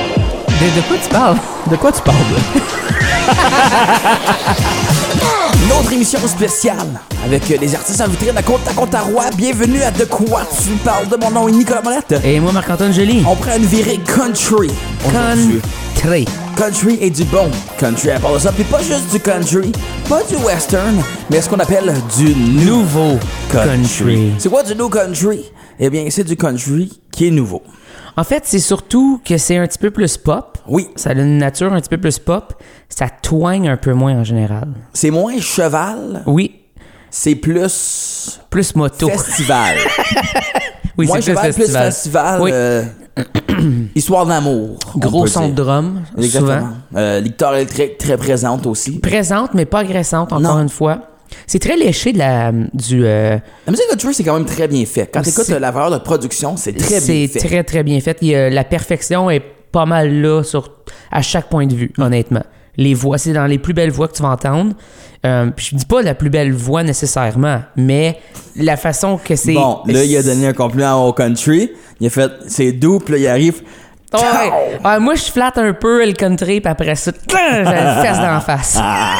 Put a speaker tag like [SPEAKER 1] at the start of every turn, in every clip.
[SPEAKER 1] De, de quoi tu parles?
[SPEAKER 2] De quoi tu parles? là?
[SPEAKER 3] Une autre émission spéciale avec euh, des artistes invités à compte à compte à roi. Bienvenue à De quoi tu parles de mon nom est Nicolas Molette.
[SPEAKER 1] Et moi, Marc-Antoine Joly.
[SPEAKER 3] On prend une virée country. aujourd'hui.
[SPEAKER 1] Contré.
[SPEAKER 3] Country et du bon country à part de ça, puis pas juste du country, pas du western, mais ce qu'on appelle du new
[SPEAKER 1] Nouveau country.
[SPEAKER 3] C'est quoi du new country? Eh bien, c'est du country qui est nouveau.
[SPEAKER 1] En fait, c'est surtout que c'est un petit peu plus pop.
[SPEAKER 3] Oui,
[SPEAKER 1] Ça a une nature un petit peu plus pop. Ça toigne un peu moins en général.
[SPEAKER 3] c'est moins cheval,
[SPEAKER 1] Oui,
[SPEAKER 3] c'est plus
[SPEAKER 1] plus moto.
[SPEAKER 3] festival.
[SPEAKER 1] Oui,
[SPEAKER 3] moins
[SPEAKER 1] c'est
[SPEAKER 3] cheval,
[SPEAKER 1] plus festival.
[SPEAKER 3] plus festival.
[SPEAKER 1] Oui.
[SPEAKER 3] euh, histoire d'amour. on
[SPEAKER 1] Gros
[SPEAKER 3] peut
[SPEAKER 1] son de
[SPEAKER 3] dire.
[SPEAKER 1] drum, souvent.
[SPEAKER 3] Exactement. Euh, L'Hector électrique très présente aussi.
[SPEAKER 1] Présente, mais pas agressante, encore
[SPEAKER 3] Non.
[SPEAKER 1] une fois. C'est très léché de la, du... euh,
[SPEAKER 3] La musique country, c'est quand même très bien fait. Quand
[SPEAKER 1] Aussi.
[SPEAKER 3] t'écoutes euh, la valeur de production, c'est très bien
[SPEAKER 1] c'est
[SPEAKER 3] fait.
[SPEAKER 1] très, très bien fait. Il y a- la perfection est pas mal là sur, à chaque point de vue, honnêtement. Les voix, c'est dans les plus belles voix que tu vas entendre. Euh, puis je dis pas la plus belle voix nécessairement, mais la façon que c'est...
[SPEAKER 3] Bon, là, il a donné un compliment au country. Il a fait, c'est doux, puis là, il arrive.
[SPEAKER 1] Ouais. Ouais, moi, je flatte un peu le country, puis après ça, tling, j'ai une fesse d'en face.
[SPEAKER 3] Ah,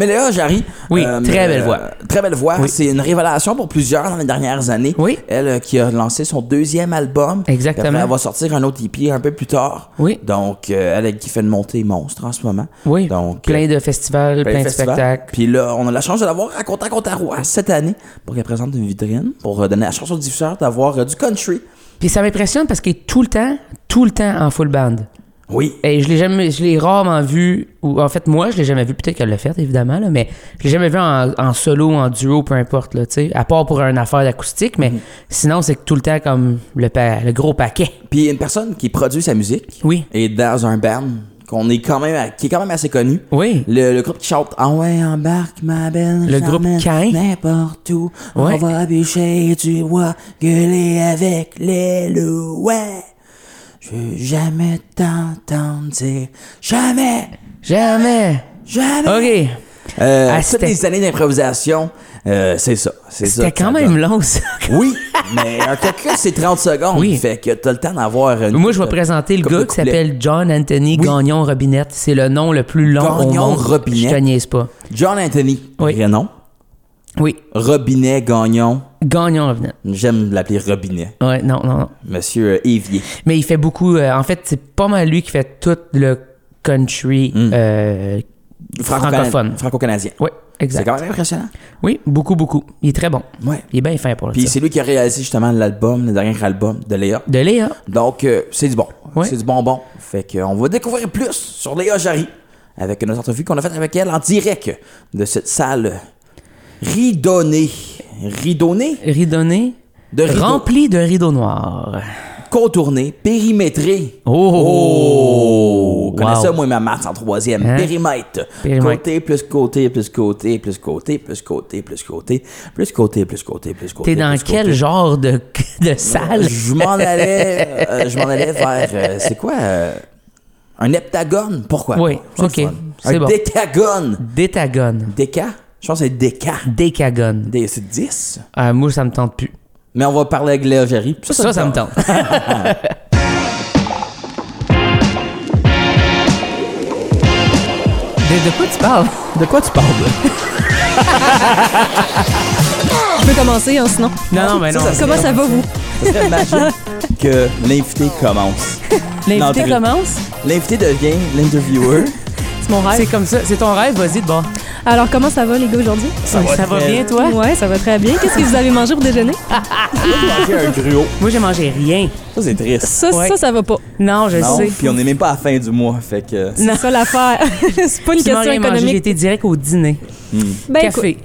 [SPEAKER 3] Mais là, Jarry. euh,
[SPEAKER 1] Oui, très belle voix.
[SPEAKER 3] Très belle voix. C'est une révélation pour plusieurs dans les dernières années.
[SPEAKER 1] Oui.
[SPEAKER 3] Elle euh, qui a lancé son deuxième album.
[SPEAKER 1] Exactement.
[SPEAKER 3] Puis après, elle va sortir un autre EP un peu plus tard.
[SPEAKER 1] Oui.
[SPEAKER 3] Donc, euh, elle qui fait une montée monstre en ce moment.
[SPEAKER 1] Oui,
[SPEAKER 3] Donc,
[SPEAKER 1] plein
[SPEAKER 3] euh,
[SPEAKER 1] de festivals, plein, de
[SPEAKER 3] festivals.
[SPEAKER 1] spectacles.
[SPEAKER 3] Puis là, on a la chance de l'avoir à Contact Contact Roi cette année pour qu'elle présente une vitrine, pour euh, donner la chance aux diffuseurs d'avoir euh, du country.
[SPEAKER 1] Puis ça m'impressionne parce qu'il est tout le temps, tout le temps en full band.
[SPEAKER 3] Oui.
[SPEAKER 1] Et je l'ai jamais, je l'ai rarement vu, ou en fait, moi, je l'ai jamais vu, peut-être qu'elle l'a fait, évidemment, là, mais je l'ai jamais vu en, en solo, en duo, peu importe, là, tu sais, à part pour une affaire d'acoustique, mais sinon, c'est tout le temps comme le, pa- le gros paquet.
[SPEAKER 3] Puis il y a une personne qui produit sa musique.
[SPEAKER 1] Oui.
[SPEAKER 3] Et dans un band qu'on est quand même, à- qui est quand même assez connu.
[SPEAKER 1] Oui.
[SPEAKER 3] Le, le groupe qui chante Ah ouais, embarque ma belle.
[SPEAKER 1] Le
[SPEAKER 3] je
[SPEAKER 1] groupe
[SPEAKER 3] t'emmène
[SPEAKER 1] Cain.
[SPEAKER 3] N'importe où.
[SPEAKER 1] Ouais.
[SPEAKER 3] On va bûcher, tu vois, gueuler avec les loups. Ouais. Je veux jamais t'entendre dire jamais,
[SPEAKER 1] Jamais.
[SPEAKER 3] jamais.
[SPEAKER 1] OK.
[SPEAKER 3] Euh,
[SPEAKER 1] Ah,
[SPEAKER 3] toutes
[SPEAKER 1] c'était-
[SPEAKER 3] les années d'improvisation, euh, c'est ça. C'est ça.
[SPEAKER 1] C'était
[SPEAKER 3] que ça
[SPEAKER 1] quand même
[SPEAKER 3] donne.
[SPEAKER 1] long, ça.
[SPEAKER 3] Oui, mais un cocu, c'est 30 secondes.
[SPEAKER 1] Oui.
[SPEAKER 3] Fait que t'as le temps d'avoir une.
[SPEAKER 1] Moi, je vais présenter le
[SPEAKER 3] couple
[SPEAKER 1] gars
[SPEAKER 3] de
[SPEAKER 1] qui
[SPEAKER 3] couplets.
[SPEAKER 1] s'appelle John Anthony
[SPEAKER 3] Oui.
[SPEAKER 1] Gagnon Robinette. C'est le nom le plus long au
[SPEAKER 3] Gagnon
[SPEAKER 1] monde.
[SPEAKER 3] Robinette.
[SPEAKER 1] Je te niaise pas.
[SPEAKER 3] John Anthony,
[SPEAKER 1] Oui.
[SPEAKER 3] vrai nom.
[SPEAKER 1] Oui.
[SPEAKER 3] Robinet Gagnon.
[SPEAKER 1] Gagnon Robinette.
[SPEAKER 3] J'aime l'appeler Robinet.
[SPEAKER 1] Ouais, non, non, non.
[SPEAKER 3] Monsieur euh, Évier.
[SPEAKER 1] Mais il fait beaucoup. euh, en fait, c'est pas mal lui qui fait tout le country euh, francophone.
[SPEAKER 3] Franco-canadien.
[SPEAKER 1] Oui,
[SPEAKER 3] C'est
[SPEAKER 1] exact.
[SPEAKER 3] quand même impressionnant.
[SPEAKER 1] Oui, beaucoup, beaucoup. Il est très bon.
[SPEAKER 3] Ouais.
[SPEAKER 1] Il est bien fin pour le
[SPEAKER 3] Puis
[SPEAKER 1] dire.
[SPEAKER 3] c'est lui qui a réalisé justement l'album, le dernier album de Léa.
[SPEAKER 1] De Léa.
[SPEAKER 3] Donc, euh, c'est du bon.
[SPEAKER 1] Ouais.
[SPEAKER 3] C'est du bonbon. Fait qu'on va découvrir plus sur Léa Jarry avec notre entrevue qu'on a faite avec elle en direct de cette salle ridonnée. Ridonnée?
[SPEAKER 1] Ridonné.
[SPEAKER 3] De rideaux.
[SPEAKER 1] Rempli de rideaux noirs.
[SPEAKER 3] Contournée, périmétrée.
[SPEAKER 1] Oh!
[SPEAKER 3] Oh! Connais
[SPEAKER 1] Wow.
[SPEAKER 3] ça, moi, ma maths en troisième.
[SPEAKER 1] Hein?
[SPEAKER 3] Périmètre.
[SPEAKER 1] Périmètre.
[SPEAKER 3] Côté, plus côté, plus côté, plus côté, plus côté, plus côté, plus côté, plus côté, plus côté.
[SPEAKER 1] T'es dans
[SPEAKER 3] plus
[SPEAKER 1] quel
[SPEAKER 3] côté.
[SPEAKER 1] genre de, de salle?
[SPEAKER 3] Je m'en allais, euh, je m'en allais vers, euh, c'est quoi, euh, un heptagone, pourquoi
[SPEAKER 1] Oui,
[SPEAKER 3] pas? C'est le
[SPEAKER 1] ok,
[SPEAKER 3] fun.
[SPEAKER 1] c'est
[SPEAKER 3] un
[SPEAKER 1] bon.
[SPEAKER 3] décagone,
[SPEAKER 1] Détagone.
[SPEAKER 3] déca, je pense que c'est déca,
[SPEAKER 1] Décagone.
[SPEAKER 3] Dé- c'est 10.
[SPEAKER 1] Ah, moi, ça me tente plus.
[SPEAKER 3] Mais on va parler avec Léa Jarry.
[SPEAKER 1] Ça, ça me tente.
[SPEAKER 2] De, de quoi tu parles? De quoi tu parles? là?
[SPEAKER 4] Je peux commencer, hein, sinon.
[SPEAKER 1] Non, non, mais non.
[SPEAKER 3] Ça, ça,
[SPEAKER 4] Comment ça va, vous?
[SPEAKER 3] C'est très magique que l'invité commence.
[SPEAKER 4] L'invité
[SPEAKER 3] L'entrée.
[SPEAKER 4] commence.
[SPEAKER 3] L'invité devient l'intervieweur.
[SPEAKER 4] C'est mon rêve.
[SPEAKER 1] C'est comme ça. C'est ton rêve, vas-y de bord.
[SPEAKER 4] Alors, comment ça va, les gars, aujourd'hui?
[SPEAKER 3] Ça va
[SPEAKER 1] ça va
[SPEAKER 3] très-
[SPEAKER 1] bien, toi?
[SPEAKER 4] Ouais, Ah, ça va très bien. Qu'est-ce que vous avez mangé pour déjeuner?
[SPEAKER 3] Ok, un gruau.
[SPEAKER 1] Moi, j'ai mangé rien.
[SPEAKER 3] Ça, c'est triste.
[SPEAKER 4] Ça,
[SPEAKER 1] Ouais.
[SPEAKER 4] ça, ça va pas.
[SPEAKER 1] Non, je
[SPEAKER 3] Non,
[SPEAKER 1] sais.
[SPEAKER 3] puis on n'est même pas à la fin du mois, fait que...
[SPEAKER 4] C'est ça l'affaire. c'est pas une
[SPEAKER 1] J'ai
[SPEAKER 4] question
[SPEAKER 1] rien mangé, j'ai
[SPEAKER 4] économique.
[SPEAKER 1] été direct au dîner.
[SPEAKER 4] Ben,
[SPEAKER 1] Café.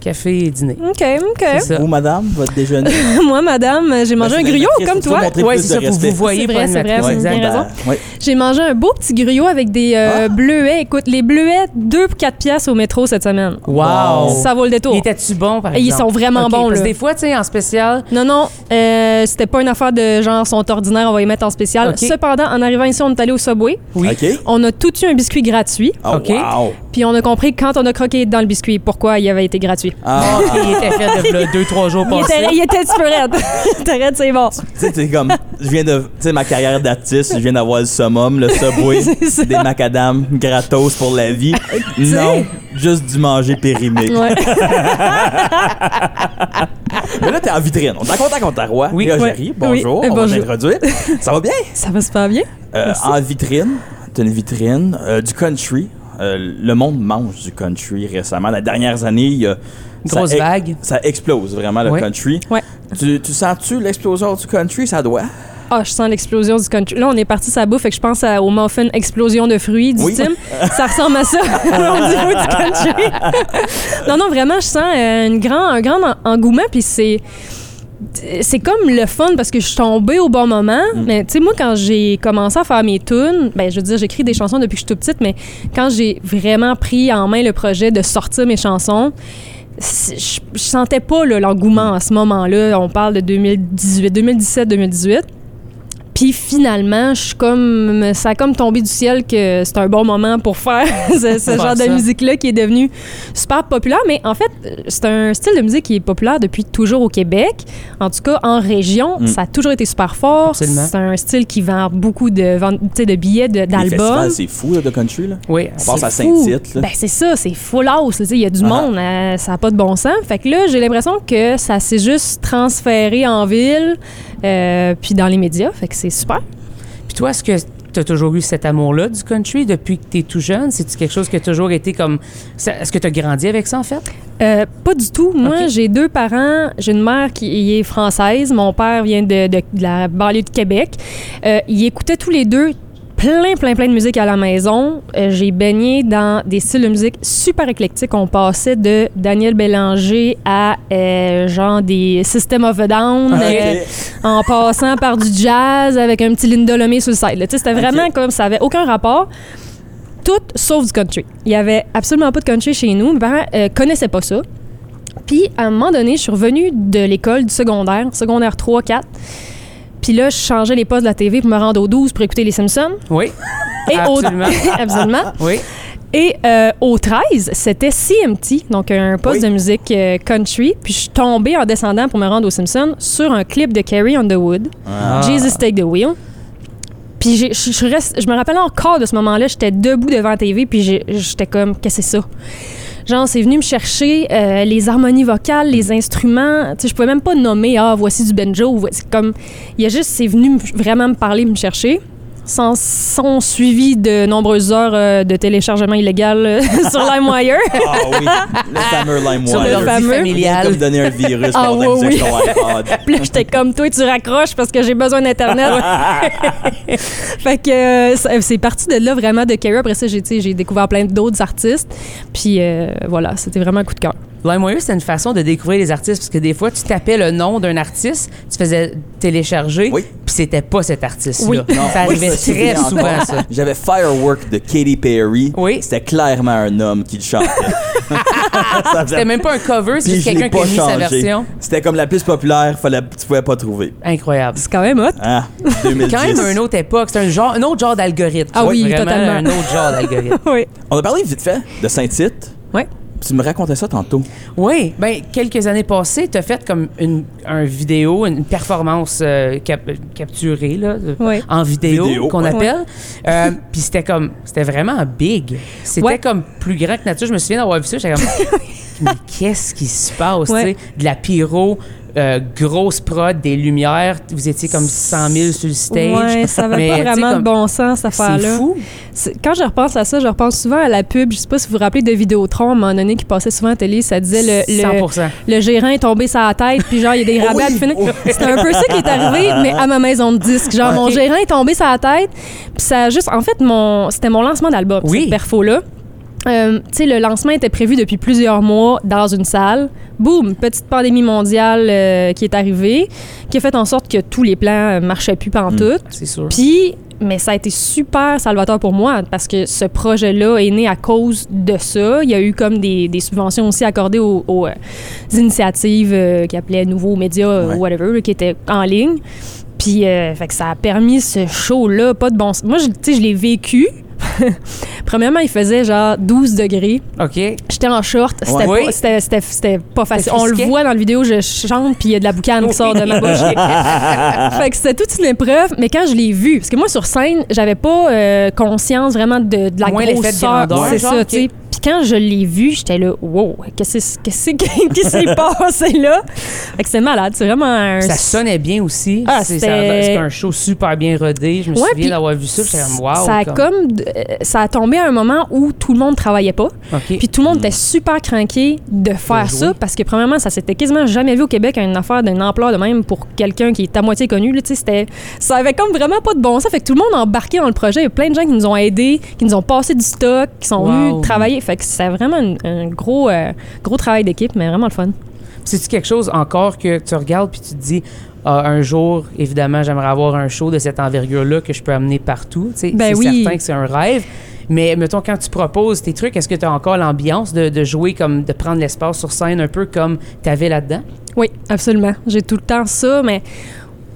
[SPEAKER 1] Café et dîner.
[SPEAKER 4] écoute. OK, OK.
[SPEAKER 1] C'est ça.
[SPEAKER 3] Vous, madame, votre déjeuner?
[SPEAKER 4] Moi, madame, j'ai mangé
[SPEAKER 3] Ben,
[SPEAKER 4] un
[SPEAKER 3] c'est
[SPEAKER 4] gruyot
[SPEAKER 3] une
[SPEAKER 4] comme
[SPEAKER 3] actrice, faut toujours
[SPEAKER 4] toi.
[SPEAKER 3] montrer
[SPEAKER 1] Ouais,
[SPEAKER 3] plus
[SPEAKER 1] c'est
[SPEAKER 3] de
[SPEAKER 1] ça, vous
[SPEAKER 3] respect.
[SPEAKER 1] vous voyez
[SPEAKER 4] C'est
[SPEAKER 1] pas
[SPEAKER 4] vrai,
[SPEAKER 1] une
[SPEAKER 4] c'est vrai,
[SPEAKER 1] matrice,
[SPEAKER 4] c'est
[SPEAKER 3] Ouais,
[SPEAKER 4] vrai.
[SPEAKER 1] exact.
[SPEAKER 4] bien
[SPEAKER 3] ben,
[SPEAKER 4] raison.
[SPEAKER 3] ouais.
[SPEAKER 4] J'ai mangé un beau petit gruyot avec des
[SPEAKER 3] Ah.
[SPEAKER 4] euh, bleuets. Écoute, les bleuets, 2 pour 4 piastres au métro cette semaine.
[SPEAKER 1] Wow!
[SPEAKER 4] Ça vaut le détour.
[SPEAKER 1] Ils étaient-tu bons, par
[SPEAKER 4] Et ils
[SPEAKER 1] exemple?
[SPEAKER 4] sont vraiment
[SPEAKER 1] Ok,
[SPEAKER 4] bons,
[SPEAKER 1] parce que
[SPEAKER 4] là.
[SPEAKER 1] des fois, tu sais, en spécial,
[SPEAKER 4] Non, non, euh, c'était pas une affaire de genre sont ordinaires, on va les mettre en spécial.
[SPEAKER 1] Ok.
[SPEAKER 4] Cependant, en arrivant ici, on est allé au Subway.
[SPEAKER 1] Oui. Oh,
[SPEAKER 3] OK.
[SPEAKER 4] On a tout eu un biscuit gratuit.
[SPEAKER 3] Oh,
[SPEAKER 1] OK.
[SPEAKER 3] wow.
[SPEAKER 4] Puis on a compris quand on a croqué dans le biscuit pourquoi il avait été gratuit. lui.
[SPEAKER 3] Ah,
[SPEAKER 1] Il était fait de 2-3 jours
[SPEAKER 4] Il
[SPEAKER 1] passés.
[SPEAKER 4] était, il était un petit peu raide. Il était raide, c'est bon.
[SPEAKER 3] tu sais, t'es comme, je viens de, tu sais, ma carrière d'artiste, je viens d'avoir le summum, le subway,
[SPEAKER 4] C'est ça.
[SPEAKER 3] des macadam gratos pour la vie.
[SPEAKER 4] sais.
[SPEAKER 3] non, juste du manger périmé.
[SPEAKER 4] Ouais.
[SPEAKER 3] Mais là, t'es en vitrine. On est en contact contre ta roi.
[SPEAKER 1] Oui,
[SPEAKER 3] Léa
[SPEAKER 4] ouais.
[SPEAKER 3] Jarry, bonjour.
[SPEAKER 4] Oui, Euh,
[SPEAKER 3] on
[SPEAKER 4] bonjour.
[SPEAKER 3] va t'introduire. Ça va bien?
[SPEAKER 4] Ça va super bien.
[SPEAKER 3] Euh,
[SPEAKER 4] Merci.
[SPEAKER 3] en vitrine, t'as une vitrine euh, du country. Euh, le monde mange du country récemment. Dans les dernières années, il y a.
[SPEAKER 1] Grosse
[SPEAKER 3] ça ex-
[SPEAKER 1] vague.
[SPEAKER 3] Ça explose vraiment le
[SPEAKER 1] Ouais.
[SPEAKER 3] country.
[SPEAKER 4] Ouais.
[SPEAKER 3] Tu, tu sens-tu l'explosion du country? Ça doit.
[SPEAKER 4] Ah, je sens l'explosion du country. Là, on est parti ça bouffe, fait que je pense à- au muffin explosion de fruits du
[SPEAKER 3] Oui.
[SPEAKER 4] Tim. Ça ressemble à ça au niveau du country. non, non, vraiment, je sens euh, une grand, un grand en- engouement, puis c'est c'est comme le fun parce que je suis tombée au bon moment. Mais tu sais, moi, quand j'ai commencé à faire mes tunes, ben, je veux dire, j'écris des chansons depuis que je suis toute petite, mais quand j'ai vraiment pris en main le projet de sortir mes chansons, c'est- je, je sentais pas là, l'engouement à ce moment-là. On parle de 2018, 2017, 2018. Puis finalement, je suis comme ça a comme tombé du ciel que c'est un bon moment pour faire ce, ce
[SPEAKER 1] Faire
[SPEAKER 4] genre
[SPEAKER 1] ça.
[SPEAKER 4] de musique-là qui est devenu super populaire. Mais en fait, c'est un style de musique qui est populaire depuis toujours au Québec. En tout cas, en région,
[SPEAKER 3] Mm.
[SPEAKER 4] ça a toujours été super fort.
[SPEAKER 1] Absolument.
[SPEAKER 4] C'est un style qui vend beaucoup de, ventes- tu sais, de billets, de-
[SPEAKER 3] Les
[SPEAKER 4] d'albums.
[SPEAKER 3] festivals, c'est fou, là, de country. Là.
[SPEAKER 1] Oui.
[SPEAKER 3] On passe à
[SPEAKER 4] C'est fou.
[SPEAKER 3] 5 titres. là.
[SPEAKER 4] Ben, c'est ça, c'est full house. là, tu sais, Il y a du
[SPEAKER 3] Ah.
[SPEAKER 4] monde, euh, ça n'a pas de bon sens. Fait que là, j'ai l'impression que ça s'est juste transféré en ville, euh, puis dans les médias. Fait que c'est super.
[SPEAKER 1] Puis toi, est-ce que t'as toujours eu cet amour-là du country depuis que t'es tout jeune? C'est-tu quelque chose qui a toujours été comme... ça- Est-ce que t'as grandi avec ça, en fait?
[SPEAKER 4] Euh, pas du tout. Moi,
[SPEAKER 1] Ok.
[SPEAKER 4] j'ai deux parents. J'ai une mère qui est française. Mon père vient de, de- de la banlieue de Québec. Euh, ils écoutaient tous les deux plein, plein, plein de musique à la maison. Euh, j'ai baigné dans des styles de musique super éclectiques. On passait de Daniel Bélanger à euh, genre des System of a Down,
[SPEAKER 3] Ah, Ok.
[SPEAKER 4] euh, en passant par du jazz avec un petit Linda Lemay sur le side. là. Tu sais, C'était vraiment comme ça avait aucun rapport tout sauf du country. Il y avait absolument pas de country chez nous. Mes parents euh, connaissaient pas ça. Puis, à un moment donné, je suis revenue de l'école du secondaire, secondaire 3, 4. Puis là, je changeais les postes de la TV pour me rendre au 12 pour écouter les Simpsons.
[SPEAKER 1] Oui.
[SPEAKER 4] Et
[SPEAKER 1] Absolument.
[SPEAKER 4] Au... absolument.
[SPEAKER 1] Oui.
[SPEAKER 4] Et euh, au 13, c'était CMT, donc un poste
[SPEAKER 3] Oui.
[SPEAKER 4] de musique euh, country. Puis je suis tombée en descendant pour me rendre aux Simpsons sur un clip de Carrie Underwood.
[SPEAKER 1] Ah.
[SPEAKER 3] Ah.
[SPEAKER 4] Jesus Take the Wheel. Puis j'ai- je, je reste- je me rappelle encore de ce moment-là, j'étais debout devant la TV, puis j'ai- j'étais comme, qu'est-ce que c'est ça? Genre, c'est venu me chercher euh, les harmonies vocales, les instruments. Tu sais, je pouvais même pas nommer, ah, voici du banjo. ou voici- comme, il y a juste, c'est venu me- vraiment me parler, me chercher. Sans, sans suivi de nombreuses heures euh, de téléchargement illégal euh, sur LimeWire.
[SPEAKER 3] Ah oui, le fameux
[SPEAKER 1] Sur
[SPEAKER 3] LimeWire.
[SPEAKER 1] l'ordi
[SPEAKER 4] fameux.
[SPEAKER 3] C'est comme
[SPEAKER 1] familial.
[SPEAKER 3] donner un virus
[SPEAKER 4] Ah
[SPEAKER 3] pour avoir de la
[SPEAKER 4] oui,
[SPEAKER 3] musique sur iPod.
[SPEAKER 4] Puis là, j'étais comme toi, tu raccroches parce que j'ai besoin d'Internet. fait que euh, ça- c'est parti de là vraiment de Carrie. Après ça, j'ai, tu sais, j'ai découvert plein d'autres artistes. Puis euh, voilà, c'était vraiment un coup de cœur.
[SPEAKER 1] LimeWire, c'est une façon de découvrir les artistes parce que des fois, tu tapais le nom d'un artiste, tu faisais télécharger,
[SPEAKER 3] Oui.
[SPEAKER 1] puis c'était pas cet artiste-là.
[SPEAKER 4] Oui.
[SPEAKER 3] Non,
[SPEAKER 1] Ça
[SPEAKER 3] moi,
[SPEAKER 1] arrivait
[SPEAKER 3] je me
[SPEAKER 1] très
[SPEAKER 3] souviens encore.
[SPEAKER 1] souvent, ça.
[SPEAKER 3] J'avais Firework de Katy Perry.
[SPEAKER 1] Oui.
[SPEAKER 3] C'était clairement un homme qui le chantait. Ça faisait-
[SPEAKER 1] C'était même pas un cover, c'est
[SPEAKER 3] Puis
[SPEAKER 1] juste
[SPEAKER 3] je l'ai
[SPEAKER 1] quelqu'un qui a
[SPEAKER 3] pas
[SPEAKER 1] mis sa
[SPEAKER 3] changé.
[SPEAKER 1] version.
[SPEAKER 3] C'était comme la plus populaire, fallait, tu pouvais pas trouver.
[SPEAKER 1] Incroyable.
[SPEAKER 4] C'est quand même hot.
[SPEAKER 3] Hein? 2010.
[SPEAKER 1] Quand même une autre époque, c'est un, genre, un autre genre d'algorithme.
[SPEAKER 4] Ah oui,
[SPEAKER 1] vraiment
[SPEAKER 4] totalement.
[SPEAKER 1] un autre genre d'algorithme.
[SPEAKER 4] oui.
[SPEAKER 3] On a parlé vite fait de Saint-Tite.
[SPEAKER 4] Ouais.
[SPEAKER 3] Tu me racontais ça tantôt.
[SPEAKER 1] Oui, ben quelques années passées, tu as fait comme une un vidéo, une performance euh, cap- capturée là, de-
[SPEAKER 4] Oui.
[SPEAKER 1] en vidéo,
[SPEAKER 3] Vidéo,
[SPEAKER 1] qu'on
[SPEAKER 3] ouais.
[SPEAKER 1] appelle. Euh, Puis c'était comme c'était vraiment big. C'était
[SPEAKER 4] Ouais.
[SPEAKER 1] comme plus grand que nature. Je me souviens d'avoir vu ça, j'étais comme mais qu'est-ce qui se passe,
[SPEAKER 4] Ouais.
[SPEAKER 1] tu sais, de la pyro euh, grosse prod, des lumières, vous étiez comme 100 000 sur le stage.
[SPEAKER 4] Ouais, ça
[SPEAKER 1] Mais,
[SPEAKER 4] avait
[SPEAKER 1] tu sais,
[SPEAKER 4] pas vraiment
[SPEAKER 1] comme-
[SPEAKER 4] de bon sens, cette
[SPEAKER 1] C'est
[SPEAKER 4] affaire-là.
[SPEAKER 1] fou.
[SPEAKER 4] C'est- Quand je repense à ça, je repense souvent à la pub. Je sais pas si vous vous rappelez de Vidéotron, à un moment donné, qui passait souvent à la télé. Ça disait le, le,
[SPEAKER 1] 100%.
[SPEAKER 4] le gérant est tombé sur la tête, puis genre, il y a des rabais à la Fnac. C'était un peu ça qui est arrivé, mais à ma maison de disque. Genre, mon
[SPEAKER 1] Ok.
[SPEAKER 4] gérant est tombé sur la tête, puis ça a juste. En fait, mon, c'était mon lancement d'album,
[SPEAKER 1] Oui.
[SPEAKER 4] cette perfo-là. Euh, tu sais, le lancement était prévu depuis plusieurs mois dans une salle. Boum, petite pandémie mondiale euh, qui est arrivée, qui a fait en sorte que tous les plans euh, marchaient plus pantoute.
[SPEAKER 1] C'est sûr.
[SPEAKER 4] Puis, mais ça a été super salvateur pour moi parce que ce projet-là est né à cause de ça. Il y a eu comme des, des subventions aussi accordées aux, aux, euh, initiatives euh, qui appelaient Nouveaux Médias, euh,
[SPEAKER 3] Ouais.
[SPEAKER 4] whatever, là, qui étaient en ligne. Puis, euh, fait que ça a permis ce show-là, pas de bon sens. Moi, je- tu sais, je l'ai vécu. Premièrement, il faisait genre 12 degrés.
[SPEAKER 1] OK.
[SPEAKER 4] J'étais en short. C'était
[SPEAKER 1] Oui.
[SPEAKER 4] pas, c'était- c'était- c'était pas facile.
[SPEAKER 1] C'était
[SPEAKER 4] On le
[SPEAKER 1] frisquet.
[SPEAKER 4] voit dans la vidéo, je chante, puis il y a de la boucane qui sort de ma bouche. fait que c'était toute une épreuve, mais quand je l'ai vu, parce que moi, sur scène, j'avais pas euh, conscience vraiment de, de la
[SPEAKER 1] Moins l'effet de
[SPEAKER 4] grosseur.
[SPEAKER 1] grandeur,
[SPEAKER 4] C'est
[SPEAKER 1] genre,
[SPEAKER 4] ça,
[SPEAKER 1] ok.
[SPEAKER 4] tu sais. Puis quand je l'ai vu, j'étais là, wow, qu'est-ce qu'est-ce qui qui s'est passé là? Fait que c'était malade. C'est vraiment un.
[SPEAKER 1] Ça sonnait bien aussi.
[SPEAKER 4] Ah,
[SPEAKER 1] c'est
[SPEAKER 4] c'était-
[SPEAKER 1] ça- c'est un show super bien rodé. Je me
[SPEAKER 4] Ouais,
[SPEAKER 1] souviens
[SPEAKER 4] puis
[SPEAKER 1] d'avoir vu ça. J'étais comme, wow.
[SPEAKER 4] ça a comme, euh, ça a tombé à un moment où tout le monde travaillait pas.
[SPEAKER 1] OK.
[SPEAKER 4] Puis tout le monde était super craqué de faire
[SPEAKER 1] jouer.
[SPEAKER 4] ça parce que, premièrement, ça s'était quasiment jamais vu au Québec, une affaire d'une ampleur de même pour quelqu'un qui est à moitié connu. Là, tu sais, c'était, ça avait comme vraiment pas de bon sens. Fait que tout le monde a embarqué dans le projet. Il y a plein de gens qui nous ont aidés, qui nous ont passé du stock, qui sont
[SPEAKER 1] Wow.
[SPEAKER 4] venus travailler. Fait que c'est vraiment un, un gros, euh, gros travail d'équipe, mais vraiment le fun.
[SPEAKER 1] C'est-tu quelque chose encore que tu regardes puis tu te dis, Ah, un jour, évidemment, j'aimerais avoir un show de cette envergure-là que je peux amener partout. Tu sais,
[SPEAKER 4] Ben
[SPEAKER 1] c'est
[SPEAKER 4] oui.
[SPEAKER 1] certain que c'est un rêve. Mais mettons, quand tu proposes tes trucs, est-ce que tu as encore l'ambiance de, de jouer, comme de prendre l'espace sur scène un peu comme tu avais là-dedans?
[SPEAKER 4] Oui, absolument. J'ai tout le temps ça, mais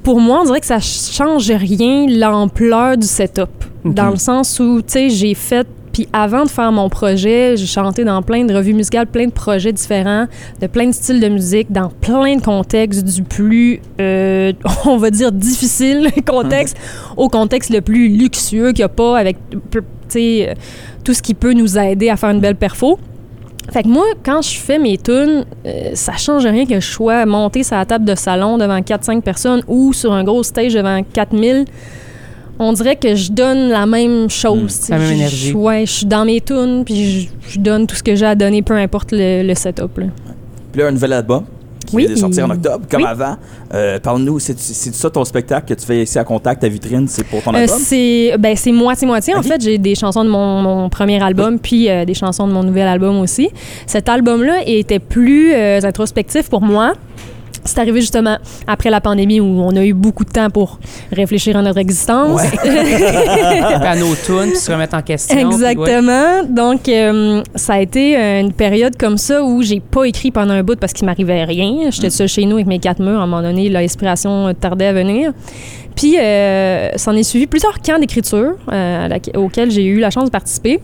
[SPEAKER 4] pour moi, on dirait que ça ch- change rien l'ampleur du setup. Dans le sens où, tu sais, j'ai fait. Puis avant de faire mon projet, j'ai chanté dans plein de revues musicales, plein de projets différents, de plein de styles de musique, dans plein de contextes, du plus, euh, on va dire, difficile contexte au contexte le plus luxueux qu'il n'y a pas, avec tu sais, euh, tout ce qui peut nous aider à faire une belle perfo. Fait que moi, quand je fais mes tunes, euh, ça change rien que je sois montée sur la table de salon devant 4-5 personnes ou sur un gros stage devant 4000. On dirait que je donne la même chose. tu sais.
[SPEAKER 1] La même
[SPEAKER 4] Je-
[SPEAKER 1] énergie.
[SPEAKER 4] Je, ouais, je suis dans mes tunes, puis je, je donne tout ce que j'ai à donner, peu importe le, le setup. là.
[SPEAKER 3] Puis là, un nouvel album qui
[SPEAKER 4] Oui.
[SPEAKER 3] vient de
[SPEAKER 1] Mm.
[SPEAKER 3] sortir en octobre, comme
[SPEAKER 4] Oui.
[SPEAKER 3] avant. Euh, Parle-nous, c'est c'est ça ton spectacle que tu fais ici à Contact, ta vitrine, c'est pour ton
[SPEAKER 4] Euh,
[SPEAKER 3] album?
[SPEAKER 4] c'est ben, c'est moitié-moitié. En
[SPEAKER 3] Ok.
[SPEAKER 4] fait, j'ai des chansons de mon, mon premier album, puis euh, des chansons de mon nouvel album aussi. Cet album-là était plus euh, introspectif pour moi. C'est arrivé justement après la pandémie où on a eu beaucoup de temps pour réfléchir à notre existence.
[SPEAKER 1] Puis à nos tunes, puis se remettre en question. puis ouais.
[SPEAKER 4] Exactement. Donc, euh, ça a été une période comme ça où j'ai pas écrit pendant un bout parce qu'il m'arrivait rien.
[SPEAKER 1] Mm.
[SPEAKER 4] J'étais seule chez nous avec mes quatre murs. À un moment donné, l'inspiration tardait à venir. Puis, euh, s'en est suivi plusieurs camps d'écriture euh, à laque- auxquels j'ai eu la chance de participer.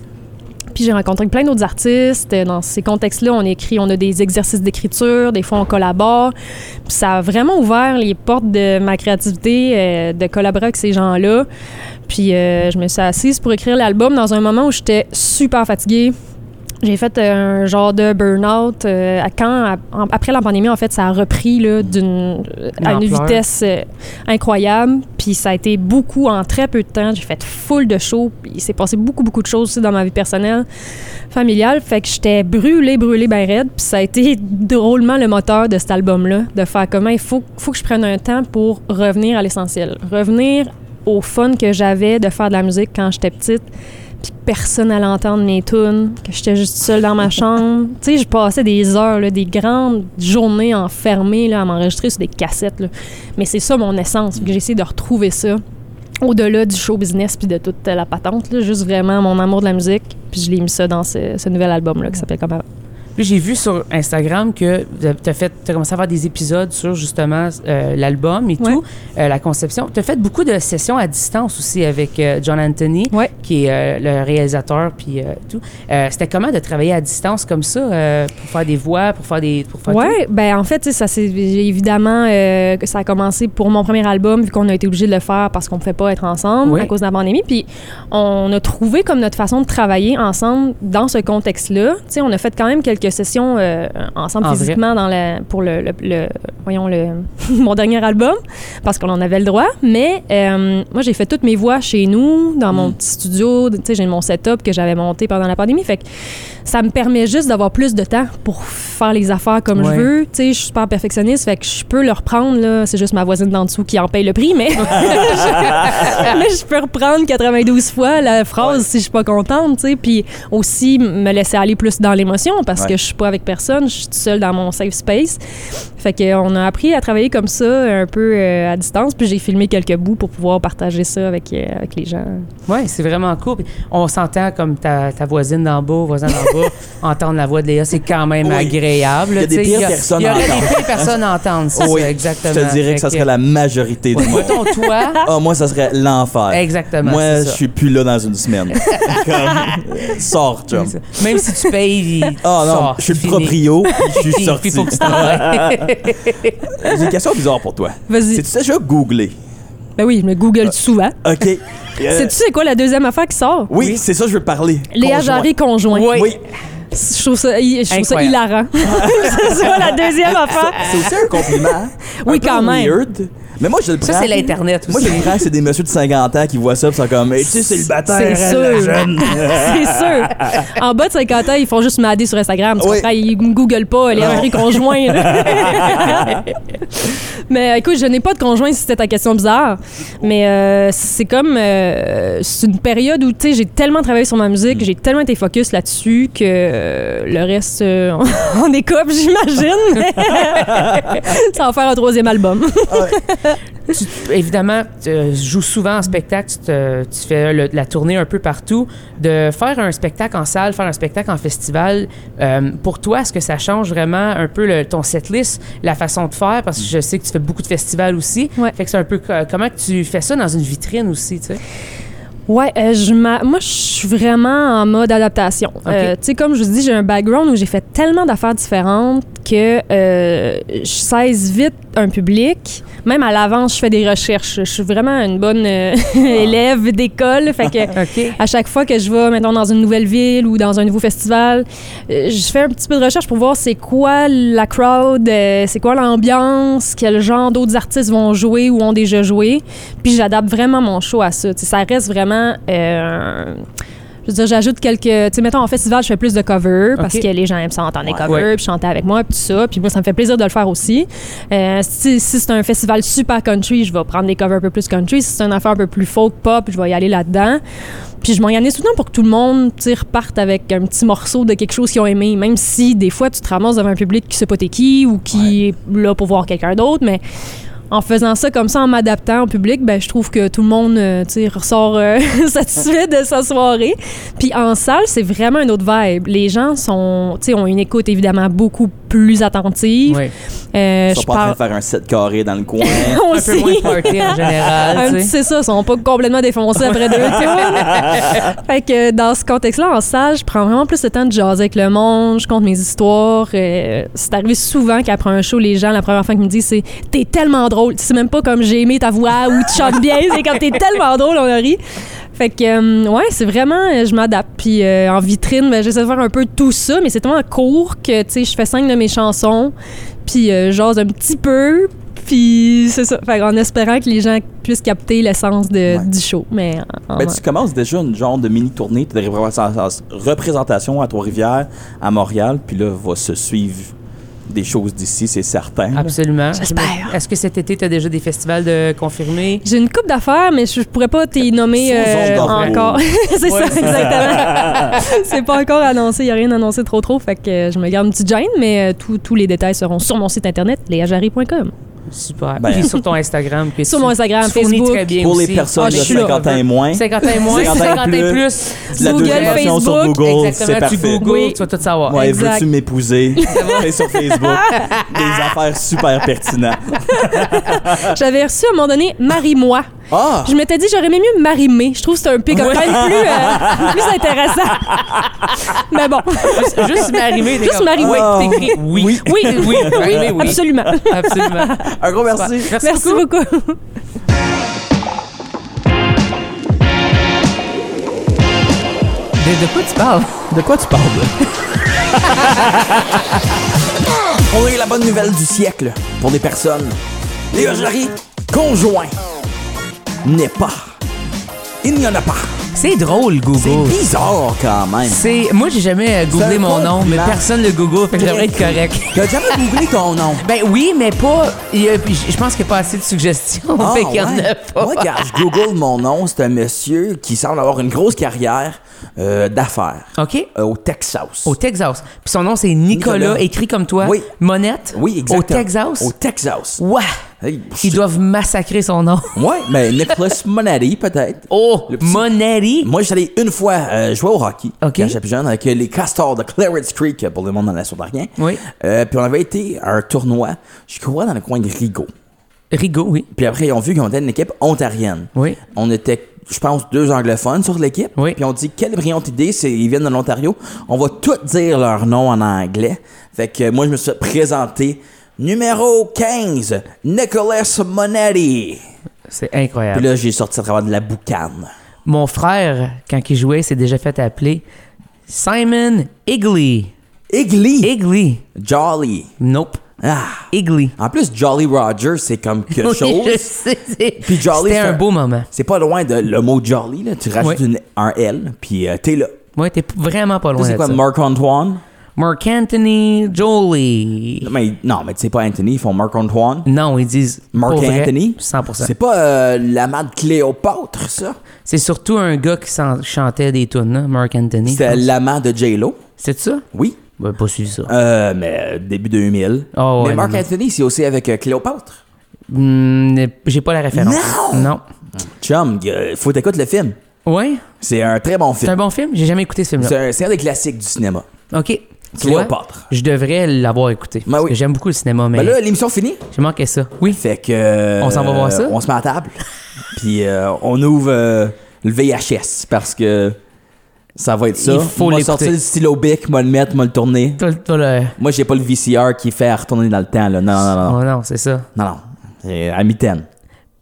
[SPEAKER 4] Puis j'ai rencontré plein d'autres artistes. Dans ces contextes-là, on écrit, on a des exercices d'écriture, des fois on collabore. Puis ça a vraiment ouvert les portes de ma créativité, euh, de collaborer avec ces gens-là. Puis euh, je me suis assise pour écrire l'album dans un moment où j'étais super fatiguée. J'ai fait euh, un genre de burn-out. euh, à quand, à- en- après la pandémie, en fait, ça a repris là, d'une, à une
[SPEAKER 1] ampleur.
[SPEAKER 4] vitesse euh, incroyable. Puis ça a été beaucoup en très peu de temps. J'ai fait full de shows. puis Il s'est passé beaucoup, beaucoup de choses aussi dans ma vie personnelle, familiale. Fait que j'étais brûlée, brûlée, ben raide. Puis ça a été drôlement le moteur de cet album-là, de faire comment il faut, faut que je prenne un temps pour revenir à l'essentiel. Revenir au fun que j'avais de faire de la musique quand j'étais petite, puis que personne allait entendre mes tunes, que j'étais juste seule dans ma chambre. tu sais, je passais des heures, là, des grandes journées enfermées là, à m'enregistrer sur des cassettes. là. Mais c'est ça mon essence, puis que j'essaie de retrouver ça au-delà du show business puis de toute euh, la patente, là, juste vraiment mon amour de la musique. Puis je l'ai mis ça dans ce, ce nouvel album-là qui s'appelle comme avant.
[SPEAKER 1] Puis j'ai vu sur Instagram que tu as, commencé à faire des épisodes sur justement euh, l'album et
[SPEAKER 4] Ouais.
[SPEAKER 1] tout, euh, la conception. Tu as fait beaucoup de sessions à distance aussi avec euh, John Anthony,
[SPEAKER 4] Ouais.
[SPEAKER 1] qui est euh, le réalisateur, puis euh, tout. Euh, C'était comment de travailler à distance comme ça euh, pour faire des voix, pour faire des. Pour faire
[SPEAKER 4] Ouais, ben en fait, tu sais, ça c'est évidemment euh, que ça a commencé pour mon premier album vu qu'on a été obligé de le faire parce qu'on ne pouvait pas être ensemble
[SPEAKER 1] Oui.
[SPEAKER 4] à cause de la pandémie. Puis on a trouvé comme notre façon de travailler ensemble dans ce contexte-là. Tu sais, on a fait quand même quelques sessions euh, ensemble
[SPEAKER 1] En vrai.
[SPEAKER 4] physiquement dans la, pour le, le- le- voyons le mon dernier album parce qu'on en avait le droit. Mais euh, moi j'ai fait toutes mes voix chez nous dans mon petit studio. Tu sais, j'ai mon setup que j'avais monté pendant la pandémie. Fait que ça me permet juste d'avoir plus de temps pour faire les affaires comme
[SPEAKER 1] Ouais.
[SPEAKER 4] je veux. Tu sais, je suis super perfectionniste, fait que je peux le reprendre. Là. C'est juste ma voisine d'en dessous qui en paye le prix, mais, mais je peux reprendre 92 fois la phrase si je suis pas contente, tu sais. Puis aussi me laisser aller plus dans l'émotion parce que je suis pas avec personne, je suis toute seule dans mon safe space. Fait que on a appris à travailler comme ça, un peu euh, à distance, puis j'ai filmé quelques bouts pour pouvoir partager ça avec, euh, avec les gens.
[SPEAKER 1] Ouais, c'est vraiment cool. Puis on s'entend comme ta, ta voisine d'en bas, voisin d'en bas, entendre la voix de Léa, c'est quand même
[SPEAKER 3] Oui.
[SPEAKER 1] agréable.
[SPEAKER 3] Il y a des
[SPEAKER 1] tu sais.
[SPEAKER 3] pires
[SPEAKER 1] Il y a-
[SPEAKER 3] personnes
[SPEAKER 1] Il y
[SPEAKER 3] à
[SPEAKER 1] aurait des
[SPEAKER 3] entendre.
[SPEAKER 1] pires personnes à entendre, c'est
[SPEAKER 3] Oui,
[SPEAKER 1] ça, exactement.
[SPEAKER 3] Je te dirais que ça
[SPEAKER 1] Fait
[SPEAKER 3] serait la majorité du monde.
[SPEAKER 1] Mettons toi.
[SPEAKER 3] Ah, moi, ça serait l'enfer.
[SPEAKER 1] Exactement,
[SPEAKER 3] Moi,
[SPEAKER 1] c'est ça.
[SPEAKER 3] je suis plus là dans une semaine. Comme, euh, Sors, chum.
[SPEAKER 1] Même si tu payes, il
[SPEAKER 3] Ah non,
[SPEAKER 1] sort,
[SPEAKER 3] je suis le
[SPEAKER 1] fini.
[SPEAKER 3] proprio, puis je suis
[SPEAKER 1] Puis-
[SPEAKER 3] sorti.
[SPEAKER 1] puis faut que tu travailles.
[SPEAKER 3] J'ai une question bizarre pour toi.
[SPEAKER 4] Vas-y.
[SPEAKER 3] C'est tu sais déjà googlé.
[SPEAKER 4] Ben oui, je me google souvent.
[SPEAKER 3] OK. Euh,
[SPEAKER 4] Sais-tu c'est quoi la deuxième affaire qui sort?
[SPEAKER 3] oui, c'est ça que je veux parler.
[SPEAKER 4] Léa
[SPEAKER 3] Conjoint.
[SPEAKER 4] Jarry conjoint.
[SPEAKER 1] Oui.
[SPEAKER 3] Oui.
[SPEAKER 4] Je trouve ça, je trouve ça
[SPEAKER 1] Incroyable.
[SPEAKER 4] hilarant. c'est quoi la deuxième affaire?
[SPEAKER 3] C'est aussi un compliment.
[SPEAKER 4] Oui,
[SPEAKER 3] un peu
[SPEAKER 4] quand même.
[SPEAKER 3] weird. Mais moi, je le prends.
[SPEAKER 1] Ça, c'est l'Internet
[SPEAKER 3] Moi,
[SPEAKER 1] aussi.
[SPEAKER 3] je le prends, c'est des messieurs de 50 ans qui voient ça, puis sont comme, Eh, tu sais, c'est le bataille.
[SPEAKER 4] C'est sûr. C'est sûr. En bas de 50 ans, ils font juste m'adder sur Instagram. Tu
[SPEAKER 3] Oui.
[SPEAKER 4] comprends? Ils ne googlent pas les
[SPEAKER 3] Non.
[SPEAKER 4] entrées conjoints. là. mais euh, écoute, je n'ai pas de conjoint si c'était ta question bizarre. Mais euh, c'est comme. euh, c'est une période où, tu sais, j'ai tellement travaillé sur ma musique, j'ai tellement été focus là-dessus que euh, le reste, euh, on est couple, j'imagine. Ça va faire un troisième album.
[SPEAKER 3] Ah
[SPEAKER 1] Tu- évidemment, tu euh, joues souvent en spectacle, tu, te- tu fais le- la tournée un peu partout. De faire un spectacle en salle, faire un spectacle en festival, euh, pour toi, est-ce que ça change vraiment un peu le, ton setlist, la façon de faire? Parce que je sais que tu fais beaucoup de festivals aussi.
[SPEAKER 4] Ouais.
[SPEAKER 1] Fait que c'est un peu co- comment que tu fais ça dans une vitrine aussi, tu sais?
[SPEAKER 4] Ouais, euh, je m'a- moi, je suis vraiment en mode adaptation. Euh, tu sais, comme je vous dis, j'ai un background où j'ai fait tellement d'affaires différentes que euh, je saisis vite un public. Même à l'avance, je fais des recherches. Je suis vraiment une bonne euh, élève d'école. Fait que
[SPEAKER 1] OK.
[SPEAKER 4] à chaque fois que je vais, maintenant dans une nouvelle ville ou dans un nouveau festival, euh, je fais un petit peu de recherche pour voir c'est quoi la crowd, euh, c'est quoi l'ambiance, quel genre d'autres artistes vont jouer ou ont déjà joué. Puis j'adapte vraiment mon show à ça. Tu sais, ça reste vraiment. euh, je veux dire, j'ajoute quelques. Tu sais, mettons, en festival, je fais plus de covers parce
[SPEAKER 1] Ok.
[SPEAKER 4] que les gens aiment ça entendre des
[SPEAKER 3] Ouais.
[SPEAKER 4] covers,
[SPEAKER 1] Ouais.
[SPEAKER 4] puis chanter avec moi, puis tout ça. Puis moi, ça me fait plaisir de le faire aussi. Euh, si si c'est un festival super country, je vais prendre des covers un peu plus country. Si c'est une affaire un peu plus folk pop, je vais y aller là-dedans. Puis je m'organise tout le temps pour que tout le monde tu sais, reparte avec un petit morceau de quelque chose qu'ils ont aimé, même si des fois tu te ramasses devant un public qui sait pas t'es qui ou qui est là pour voir quelqu'un d'autre, mais en faisant ça comme ça, en m'adaptant au public, ben, je trouve que tout le monde euh, tu sais, ressort euh, satisfait de sa soirée. Puis en salle, c'est vraiment un autre vibe. Les gens sont, tu sais, ont une écoute évidemment beaucoup plus attentive.
[SPEAKER 1] Ouais.
[SPEAKER 4] Euh,
[SPEAKER 3] Ils sont
[SPEAKER 4] je
[SPEAKER 3] pas en train
[SPEAKER 4] parle.
[SPEAKER 3] de faire un set carré dans le coin.
[SPEAKER 4] On
[SPEAKER 1] Un peu moins
[SPEAKER 4] sait.
[SPEAKER 1] party en
[SPEAKER 4] Un
[SPEAKER 1] général, tu
[SPEAKER 4] petit,
[SPEAKER 1] sais.
[SPEAKER 4] c'est ça, ils sont pas complètement défoncés après deux tours. fait que euh, dans ce contexte-là, en salle, je prends vraiment plus le temps de jaser avec le monde, je compte mes histoires. euh, c'est arrivé souvent qu'après un show, les gens, la première fois qu'ils me disent, c'est T'es tellement drôle. C'est même pas comme j'ai aimé ta voix ou tu chantes bien, c'est comme T'es tellement drôle, on a ri. Fait que, euh, ouais, c'est vraiment, euh, je m'adapte. Puis euh, en vitrine, ben, j'essaie de faire un peu tout ça, mais c'est tellement court que, tu sais, je fais cinq de mes chansons, puis euh, je jase un petit peu, puis c'est ça. Fait en espérant que les gens puissent capter l'essence
[SPEAKER 3] Ouais.
[SPEAKER 4] de, du show. Mais en-
[SPEAKER 3] Ben, tu commences déjà une genre de mini tournée, t'as des représentations- représentations à Trois-Rivières, à Montréal, puis là, va se suivre des choses d'ici, c'est certain. là.
[SPEAKER 1] Absolument.
[SPEAKER 4] J'espère.
[SPEAKER 1] Est-ce que cet été, tu as déjà des festivals de confirmés?
[SPEAKER 4] j'ai une coupe d'affaires, mais je pourrais pas t'y nommer
[SPEAKER 3] Sous
[SPEAKER 4] euh,
[SPEAKER 3] zone d'emploi.
[SPEAKER 4] encore.
[SPEAKER 1] Ouais,
[SPEAKER 4] c'est ça,
[SPEAKER 1] c'est ça.
[SPEAKER 4] exactement. c'est pas encore annoncé, il n'y a rien annoncé trop trop. Fait que euh, je me garde une petite gêne, mais euh, tous- tous les détails seront sur mon site internet, leajari.com.
[SPEAKER 1] Super.
[SPEAKER 3] Ben-
[SPEAKER 1] Puis sur ton Instagram. que
[SPEAKER 4] Sur
[SPEAKER 1] tu-
[SPEAKER 4] mon Instagram,
[SPEAKER 1] tu fournis
[SPEAKER 4] Facebook.
[SPEAKER 1] très bien
[SPEAKER 3] Pour les
[SPEAKER 1] aussi.
[SPEAKER 3] personnes
[SPEAKER 4] Ah,
[SPEAKER 3] de
[SPEAKER 4] je suis là.
[SPEAKER 3] 50 ans et moins,
[SPEAKER 1] 50 ans et moins,
[SPEAKER 3] 50 ans
[SPEAKER 1] 50 ans et
[SPEAKER 3] plus.
[SPEAKER 1] plus.
[SPEAKER 3] la
[SPEAKER 4] Google,
[SPEAKER 3] deuxième version sur
[SPEAKER 4] Facebook,
[SPEAKER 3] Google, c'est
[SPEAKER 1] Exactement, tu
[SPEAKER 3] parfait.
[SPEAKER 1] googles,
[SPEAKER 4] Oui.
[SPEAKER 1] tu vas tout savoir.
[SPEAKER 3] Ouais,
[SPEAKER 4] Exact.
[SPEAKER 3] veux-tu m'épouser? Fais sur Facebook. des affaires super pertinentes.
[SPEAKER 4] J'avais reçu à un moment donné Marie-moi.
[SPEAKER 3] Ah!
[SPEAKER 4] Je m'étais dit, j'aurais aimé mieux marimer. Je trouve que c'est un pick-up line plus, euh, plus intéressant. Mais bon,
[SPEAKER 1] Juste- Juste m'arriver.
[SPEAKER 4] Juste m'arrimer.
[SPEAKER 1] Oui, Ah, t'écris. Oui.
[SPEAKER 3] Oui.
[SPEAKER 1] Oui, oui, oui, oui.
[SPEAKER 4] absolument.
[SPEAKER 1] Absolument.
[SPEAKER 3] Un gros merci.
[SPEAKER 1] Merci,
[SPEAKER 4] Merci
[SPEAKER 1] beaucoup.
[SPEAKER 4] beaucoup.
[SPEAKER 2] De, de quoi tu parles? De quoi tu parles?
[SPEAKER 3] On est la bonne nouvelle du siècle pour des personnes. Léa Jarry, conjoint, n'est pas. Il n'y en a pas.
[SPEAKER 1] C'est drôle,
[SPEAKER 3] C'est
[SPEAKER 2] Oh.
[SPEAKER 1] Google.
[SPEAKER 3] bizarre quand même.
[SPEAKER 1] C'est moi j'ai jamais euh,
[SPEAKER 3] C'est
[SPEAKER 1] googlé
[SPEAKER 3] un
[SPEAKER 1] mon nom, mais
[SPEAKER 3] compliment.
[SPEAKER 1] personne le Google, fait que j'aimerais être correct.
[SPEAKER 3] T'as jamais googlé ton nom?
[SPEAKER 1] Ben oui, mais pas il y a- puis je je pense qu'il n'y a pas assez de suggestions,
[SPEAKER 3] Ah,
[SPEAKER 1] fait qu'il y en
[SPEAKER 3] ouais.
[SPEAKER 1] a pas.
[SPEAKER 3] Moi, quand je google mon nom, c'est un monsieur qui semble avoir une grosse carrière, euh, d'affaires
[SPEAKER 1] OK?
[SPEAKER 3] euh, au Texas.
[SPEAKER 1] Au Texas. Puis son nom, c'est Nicolas,
[SPEAKER 3] Nicolas.
[SPEAKER 1] écrit comme toi.
[SPEAKER 3] Oui.
[SPEAKER 1] Monette.
[SPEAKER 3] oui, exactement.
[SPEAKER 1] Au Texas.
[SPEAKER 3] Au Texas.
[SPEAKER 1] Ouais.
[SPEAKER 3] Hey,
[SPEAKER 1] Ils doivent massacrer son nom.
[SPEAKER 3] Ouais, mais Nicholas Monetti, peut-être.
[SPEAKER 1] Oh,
[SPEAKER 3] Le petit-
[SPEAKER 1] Monetti.
[SPEAKER 3] Moi, j'allais une fois euh, jouer au hockey
[SPEAKER 1] Ok.
[SPEAKER 3] quand j'étais plus jeune avec les Castors de Clarence Creek pour le monde dans la Sodarien.
[SPEAKER 1] Oui.
[SPEAKER 3] Euh, puis on avait été à un tournoi, je crois, dans le coin de Rigaud.
[SPEAKER 1] Rigaud, oui.
[SPEAKER 3] Puis après, ils ont vu qu'on était une équipe ontarienne.
[SPEAKER 1] Oui.
[SPEAKER 3] On était, je pense, deux anglophones sur l'équipe.
[SPEAKER 1] Oui.
[SPEAKER 3] Puis on dit, quelle brillante idée, c'est, ils viennent de l'Ontario. On va tout dire leur nom en anglais. Fait que euh, moi, je me suis présenté numéro 15, Nicholas Monetti.
[SPEAKER 1] C'est incroyable.
[SPEAKER 3] Puis là, j'ai sorti à travers de la boucane.
[SPEAKER 1] Mon frère, quand il jouait, s'est déjà fait appeler Simon Igley.
[SPEAKER 3] Igly.
[SPEAKER 1] Igley.
[SPEAKER 3] Jolly.
[SPEAKER 1] Nope.
[SPEAKER 3] Ah.
[SPEAKER 1] Igley.
[SPEAKER 3] En plus, Jolly Roger, c'est comme quelque
[SPEAKER 1] Oui, je
[SPEAKER 3] chose.
[SPEAKER 1] sais, c'est-
[SPEAKER 3] Puis Jolly,
[SPEAKER 1] C'était
[SPEAKER 3] c'est
[SPEAKER 1] un
[SPEAKER 3] un-
[SPEAKER 1] beau moment.
[SPEAKER 3] C'est pas loin de le mot Jolly, là. Tu rajoutes
[SPEAKER 1] Oui.
[SPEAKER 3] une- un L, puis euh, t'es là.
[SPEAKER 1] Ouais, t'es p- vraiment pas
[SPEAKER 3] Tu
[SPEAKER 1] loin
[SPEAKER 3] sais
[SPEAKER 1] de
[SPEAKER 3] quoi,
[SPEAKER 1] ça.
[SPEAKER 3] Marc-Antoine?
[SPEAKER 1] Mark Anthony Jolie.
[SPEAKER 3] Mais, non, mais tu sais pas Anthony, ils font Marc-Antoine.
[SPEAKER 1] Non, ils disent
[SPEAKER 3] Mark
[SPEAKER 1] pour vrai,
[SPEAKER 3] Anthony?
[SPEAKER 1] 100%.
[SPEAKER 3] C'est pas euh, l'amant de Cléopâtre, ça?
[SPEAKER 1] C'est surtout un gars qui s'en- chantait des tunes, hein, Mark Anthony.
[SPEAKER 3] C'était l'amant de J-Lo,
[SPEAKER 1] C'est ça?
[SPEAKER 3] oui.
[SPEAKER 1] Ben, pas suivi ça.
[SPEAKER 3] Euh, mais euh, début 2000.
[SPEAKER 1] Ah ouais,
[SPEAKER 3] mais
[SPEAKER 1] non,
[SPEAKER 3] Marc
[SPEAKER 1] non.
[SPEAKER 3] Anthony, c'est aussi avec euh, Cléopâtre.
[SPEAKER 1] Hmm, J'ai pas la référence.
[SPEAKER 3] Non!
[SPEAKER 1] Non.
[SPEAKER 3] Chum, euh, faut t'écouter le film.
[SPEAKER 1] Ouais?
[SPEAKER 3] C'est un très bon
[SPEAKER 1] C'est un
[SPEAKER 3] film.
[SPEAKER 1] bon film? J'ai jamais écouté ce film-là.
[SPEAKER 3] C'est un, c'est un des classiques du cinéma.
[SPEAKER 1] OK. Tu vois,
[SPEAKER 3] Cléopâtre.
[SPEAKER 1] je devrais l'avoir écouté.
[SPEAKER 3] Ben
[SPEAKER 1] parce
[SPEAKER 3] oui.
[SPEAKER 1] que j'aime beaucoup le cinéma, mais
[SPEAKER 3] Ben là, l'émission finie.
[SPEAKER 1] j'ai manqué ça. Oui.
[SPEAKER 3] Fait que. euh,
[SPEAKER 1] On s'en va voir ça?
[SPEAKER 3] On se met à table. Puis euh, on ouvre euh, le VHS parce que ça va être ça.
[SPEAKER 1] Il faut
[SPEAKER 3] Moi,
[SPEAKER 1] l'écouter.
[SPEAKER 3] sortir le stylo bic, moi le mettre, moi le tourner.
[SPEAKER 1] Toi, toi, le-
[SPEAKER 3] Moi, j'ai pas le VCR qui fait à retourner dans le temps, là. Non, non, non. Non,
[SPEAKER 1] Oh non, c'est ça.
[SPEAKER 3] non. non. C'est À mitaine.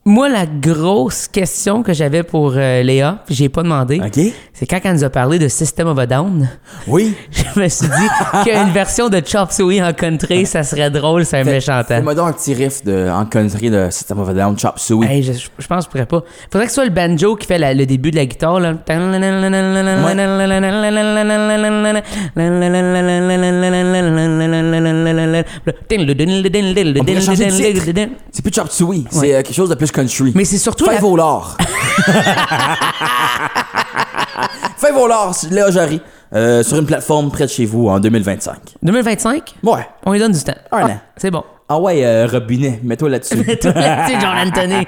[SPEAKER 1] Moi, la grosse question que j'avais pour euh, Léa, puis j'ai pas demandé,
[SPEAKER 3] OK?
[SPEAKER 1] c'est quand elle nous a parlé de System of a Down,
[SPEAKER 3] Oui.
[SPEAKER 1] je me suis dit qu'une version de Chop Suey en country, ça serait drôle, c'est un méchant temps.
[SPEAKER 3] Fais-moi donc un petit riff de, en connerie de System of a Down, Chop Suey.
[SPEAKER 1] Hey, je, je pense que je pourrais pas. Faudrait que ce soit le banjo qui fait la- le début de la guitare. Là.
[SPEAKER 3] On pourrait changer de titre. C'est plus Chop Suey. C'est euh, quelque chose de plus country.
[SPEAKER 1] Mais c'est surtout
[SPEAKER 3] Fais
[SPEAKER 1] la-
[SPEAKER 3] vos lards. Fais vos lards, Léa Jarry, euh, sur une plateforme près de chez vous en 2025.
[SPEAKER 1] 2025,
[SPEAKER 3] Ouais.
[SPEAKER 1] on lui donne du temps.
[SPEAKER 3] Un
[SPEAKER 1] Ah,
[SPEAKER 3] an.
[SPEAKER 1] C'est bon.
[SPEAKER 3] Ah ouais, euh, Robinet, mets-toi là-dessus.
[SPEAKER 1] Toi, tu sais, John Anthony.